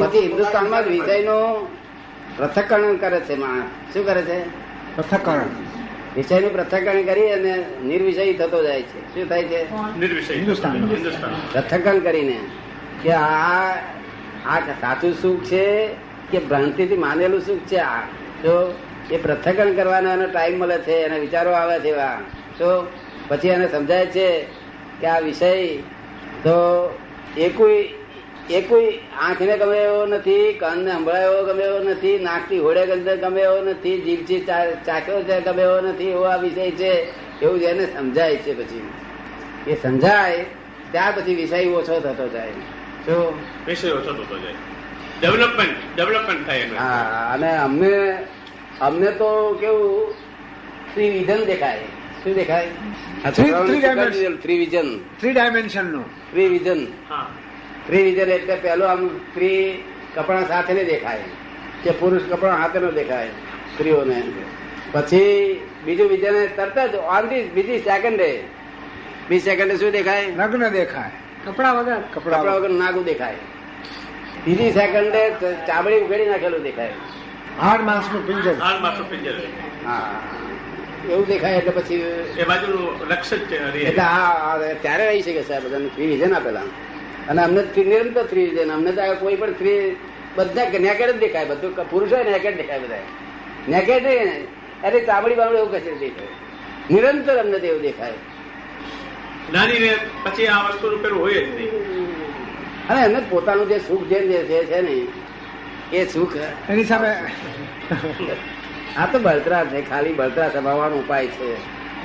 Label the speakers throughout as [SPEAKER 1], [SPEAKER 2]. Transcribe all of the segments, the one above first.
[SPEAKER 1] પછી હિન્દુસ્તાનમાં જ વિષયનું પૃથ્થકરણ કરે છે માણસ શું કરે છે
[SPEAKER 2] પૃથ્થકરણ
[SPEAKER 1] વિષયનું પૃથ્થકરણ કરી અને નિર્વિષયી થતો જાય છે શું થાય છે
[SPEAKER 3] નિર્વિષય
[SPEAKER 2] હિન્દુસ્તાન.
[SPEAKER 3] હિન્દુસ્તાન
[SPEAKER 1] પૃથ્થકરણ કરીને કે આ આ સાચું સુખ છે કે ભ્રાંતિથી માનેલું સુખ છે આ તો એ પૃથ્થકરણ કરવાનો એનો ટાઈમ મળે છે એના વિચારો આવે છે એવા તો પછી એને સમજાય છે કે આ વિષય તો એ કોઈ એ કોઈ આંખને ગમે એવો નથી કાનને સંભળાયો એવો ગમે એવો નથી નાકથી હોડે ગંદે ગમે એવો નથી જીભથી ચા- ચાખ્યો છે ગમે એવો નથી એવો આ વિષય છે એવું એને સમજાય છે પછી એ સમજાય ત્યાર પછી વિષય ઓછો થતો જાય શું
[SPEAKER 3] વિષય ઓછો થતો જાય ડેવલપમેન્ટ ડેવલપમેન્ટ થાય એનું
[SPEAKER 1] હા અને અમને અમને તો કેવું ત્રિવિઝન દેખાય શું દેખાય આ
[SPEAKER 2] Three-
[SPEAKER 1] છોકરાઓને
[SPEAKER 2] three
[SPEAKER 1] શીખવાડી
[SPEAKER 2] dimension.
[SPEAKER 1] દીધેલું, ત્રિવિઝન
[SPEAKER 2] થ્રી ડાયમેન્શન નું
[SPEAKER 1] ત્રિવિઝન
[SPEAKER 3] હા
[SPEAKER 1] ત્રિવિઝન એટલે પહેલો આમ સ્ત્રી કપડા સાથે ને દેખાય કે પુરુષ કપડા હાથે નો દેખાય સ્ત્રીઓને પછી બીજું વિઝન તરત જ ઓન ધી બીજી સેકન્ડે બીજી સેકન્ડે શું દેખાય
[SPEAKER 2] નગ્ન દેખાય
[SPEAKER 4] કપડા વગર
[SPEAKER 2] કપડા
[SPEAKER 1] કપડા વગર નાગું દેખાય ત્રીજી સેકન્ડે ચ- ચામડી ઉઘેડી નાખેલું દેખાય
[SPEAKER 2] હાડ માસ નું પિંજર
[SPEAKER 3] હાલ માત્ર પિંજર
[SPEAKER 1] હા એવું દેખાય એટલે પછી
[SPEAKER 3] એ બાજુનું લક્ષ જ છે હરિહર.
[SPEAKER 1] એટલે આ આ ત્યારે રહી શકે સાહેબ બધાને થ્રી વિઝન આપેલા અને અમને થ્રી નિરંતર થ્રી વિઝન અમને તો આ કોઈ પણ થ્રી બધા નેકેડ જ દેખાય બધું ક- પુરુષો નેકેડ દેખાય બધા નેકેડ અરે ચામડી બામડી એવું કશે દેખાય નિરંતર અમને તો એવું દેખાય
[SPEAKER 3] નાની રે પછી આ વસ્તુનું પેલું હોય જ નહીં
[SPEAKER 1] અને એમને પોતાનું જે સુખ જે જે છે ને એ સુખ
[SPEAKER 2] એની સામે
[SPEAKER 1] આ તો બળતરા છે ખાલી બળતરા સ્વભાવવાનો ઉપાય છે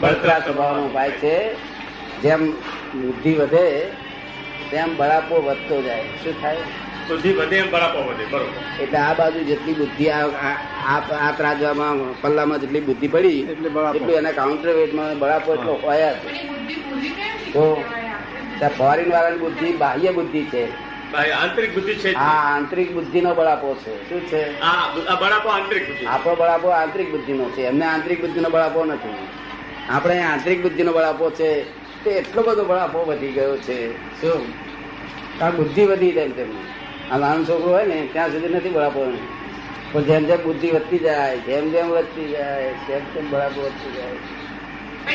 [SPEAKER 1] બળતરા સ્વભાવનો ઉપાય છે જેમ બુદ્ધિ વધે તેમ બળાપો વધતો જાય શું થાય
[SPEAKER 3] બુદ્ધિ વધે એમ બરાબર વધે બરોબર
[SPEAKER 1] એટલે આ બાજુ જેટલી બુદ્ધિ આ આ- આ- આ ત્રાજવામાં પલ્લામાં જેટલી બુદ્ધિ પડી
[SPEAKER 2] એટલે બળાપો.
[SPEAKER 1] એટલું એના કાઉન્ટર વેટમાં બળાપો એટલો હોય જ તો ત્યાં ફોરેન વાળાની બુદ્ધિ બાહ્ય બુદ્ધિ છે
[SPEAKER 3] ભાઈ આંતરિક બુદ્ધિ છે જ
[SPEAKER 1] આ
[SPEAKER 3] નહીં.
[SPEAKER 1] આંતરિક બુદ્ધિનો બળાપો છે શું છે
[SPEAKER 3] આ આ બરાબર આંતરિક બુદ્ધિ
[SPEAKER 1] આપણો બળાપો આંતરિક બુદ્ધિનો છે એમને આંતરિક બુદ્ધિનો બળાપો નથી આપણે આંતરિક બુદ્ધિનો બળાપો છે તે એટલો બધો બળાપો વધી ગયો છે શું કારણ બુદ્ધિ વધી જાય તેમની આ નાનો છોકરો હોય ને ત્યાં સુધી નથી બળાપો એને. પણ જેમ જેમ બુદ્ધિ વધતી જાય જેમ જેમ વધતી જાય તેમ તેમ બળાપો વધતી જાય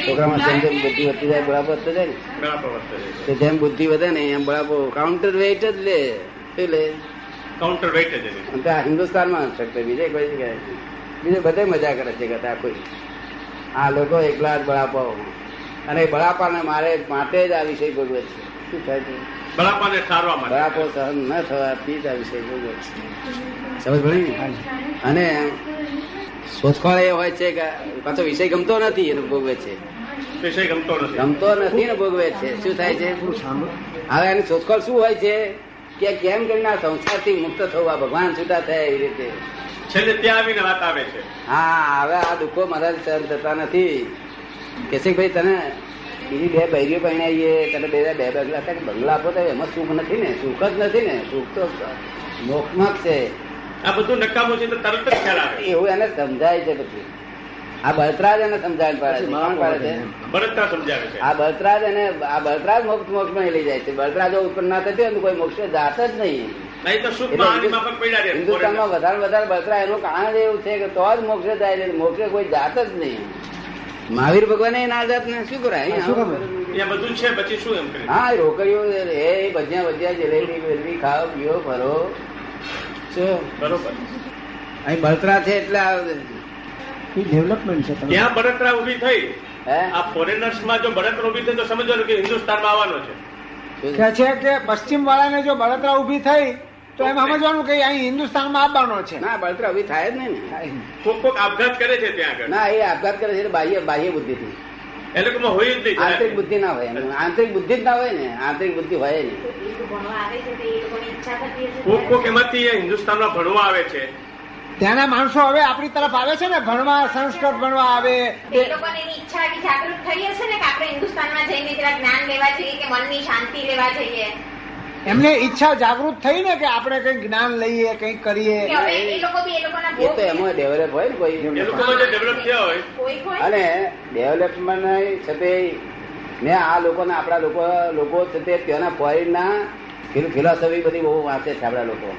[SPEAKER 1] છોકરામાં જેમ જેમ બુદ્ધિ વધતી જાય બળાપો વધતો જાય ને
[SPEAKER 3] બરાબર વર્તે છે
[SPEAKER 1] તો જેમ બુદ્ધિ વધે ને એમ બળાપો કાઉન્ટર વેઇટ જ લે શું લે
[SPEAKER 3] કાઉન્ટર વેઇટ જ એનું.
[SPEAKER 1] અને ત્યાં હિન્દુસ્તાનમાં શકતો બીજે કોઈ જગ્યાએ નહીં. બીજે બધે મજા કરે છે કથા કોઈ આ લોકો એકલા જ બળાપાઓ અને એ બળાપાને મારે માટે જ આ વિષય ભોગવે છે શું થાય છે
[SPEAKER 3] બળાપાને ઠારવા માટે
[SPEAKER 1] બળાપો સહન ન થવાથી જ આ વિષય ભોગવે છે સમજ પડી ને? અને શોધખોળ એ હોય છે કે પાછો વિષય ગમતો નથી એને ભોગવે છે
[SPEAKER 3] વિષય ગમતો નથી
[SPEAKER 1] ગમતો નથી ને ભોગવે છે શું થાય છે હવે એની શોધખોળ શું હોય છે કે કેમ કરીને આ સંસારથી મુક્ત થવું આ ભગવાન છૂટા થયા એવી રીતે
[SPEAKER 3] છેલ્લે ત્યાં આવીને વાત આવે છે
[SPEAKER 1] હા હવે આ દુઃખો મારા સહન થતા નથી કેશિકભાઈ તને બીજી બે બૈરીઓ પહેણાવીએ તને બે બે બગલા થાય બગલા આપો તો એમાં સુખ નથી ને સુખ જ નથી ને સુખ તો મોક્ષમાં જ છે
[SPEAKER 3] આ બધું નકામું છે તો તરત જ ખ્યાલ આવે
[SPEAKER 1] એવું એને સમજાય છે પછી આ બળતરા જ એને સમજાય પાડે છે કોણ પાડે છે
[SPEAKER 3] બળતરા સમજાવે છે
[SPEAKER 1] આ બળતરા જ એને આ બળતરા જ મોક્ષ મોક્ષમાં લઈ જાય છે બળતરા જો ઉત્પન્ન ના થતી હોય ને તો કોઈ મોક્ષ જાત જ નહીં
[SPEAKER 3] નહીં તો સુખ
[SPEAKER 1] એટલે
[SPEAKER 3] હારીમાં પણ પડ્યા રહે
[SPEAKER 1] હિન્દુસ્તાનમાં વધારે ને વધારે બળતરા એનું કારણ જ એવું છે કે તો જ મોક્ષ જાય છે મોક્ષે કોઈ જાત જ નહીં મહાવીર ભગવાને ના જાત ને શું કરાય
[SPEAKER 2] શું ખબર?
[SPEAKER 3] ત્યાં બધું છે પછી શું એમ કરે
[SPEAKER 1] હા એ રોકડીઓ એ ભજીયા ભજીયા જલેબી બેલબી ખાઓ પીઓ ફરો શું
[SPEAKER 3] બરોબર
[SPEAKER 1] અહીં બળતરા છે એટલે આ-
[SPEAKER 2] એ ડેવલપમેન્ટ છે તમે
[SPEAKER 3] ત્યાં બળતરા ઉભી થઈ
[SPEAKER 1] હે
[SPEAKER 3] આ ફોરેનર્સમાં જો બળતરા ઉભી થઈ તો સમજવાનું કે હિન્દુસ્તાનમાં આવવાનો છે
[SPEAKER 1] શું?
[SPEAKER 2] કે છે કે પશ્ચિમ વાળાને જો બળતરા ઉભી થઈ તો એમ સમજવાનું કે અહીં હિન્દુસ્તાનમાં આવવાનો છે
[SPEAKER 1] ના બળતરા ઉભી થાય જ નહીં ને
[SPEAKER 3] કોક કોક આપઘાત કરે છે ત્યાં આગળ
[SPEAKER 1] ના એ આપઘાત કરે છે એટલે બાહ્ય બાહ્ય બુદ્ધિથી
[SPEAKER 3] એ લોકોમાં હોય જ નહીં
[SPEAKER 1] આંતરિક બુદ્ધિ ના હોય એમ. આંતરિક બુદ્ધિ જ ના હોય ને આંતરિક બુદ્ધિ હોય નહીં
[SPEAKER 3] કોક કોક એમાંથી એ હિન્દુસ્તાનમાં ભણવા આવે છે
[SPEAKER 2] ત્યાંના માણસો હવે આપણી તરફ આવે છે ને ભણવા સંસ્કૃત ભણવા આવે
[SPEAKER 5] એ લોકોને એની ઈચ્છા એવી જાગૃત થઈ હશે ને કે આપણે હિન્દુસ્તાનમાં જઈને જરા જ્ઞાન લેવા જઈએ કે મનની શાંતિ લેવા જઈએ
[SPEAKER 2] એમને ઈચ્છા જાગૃત થઈ ને કે આપણે કંઈક જ્ઞાન લઈએ કંઈક કરીએ
[SPEAKER 5] કે હવે એ લોકો બી એ લોકોના
[SPEAKER 1] એ
[SPEAKER 5] ભોગ
[SPEAKER 1] તો એમાં ડેવલપ હોય ને
[SPEAKER 3] એ
[SPEAKER 1] કોઈ
[SPEAKER 3] લોકોમાં જે ડેવલપ થયા હોય
[SPEAKER 5] કોઈ કોઈ
[SPEAKER 1] અને ડેવલપમેન્ટ છતે મેં આ લોકોને આપણા લોકો લોકો છતે ત્યાંના ફોરેનના ફિલોસોફી બધી બહુ વાંચે છે આપણા લોકો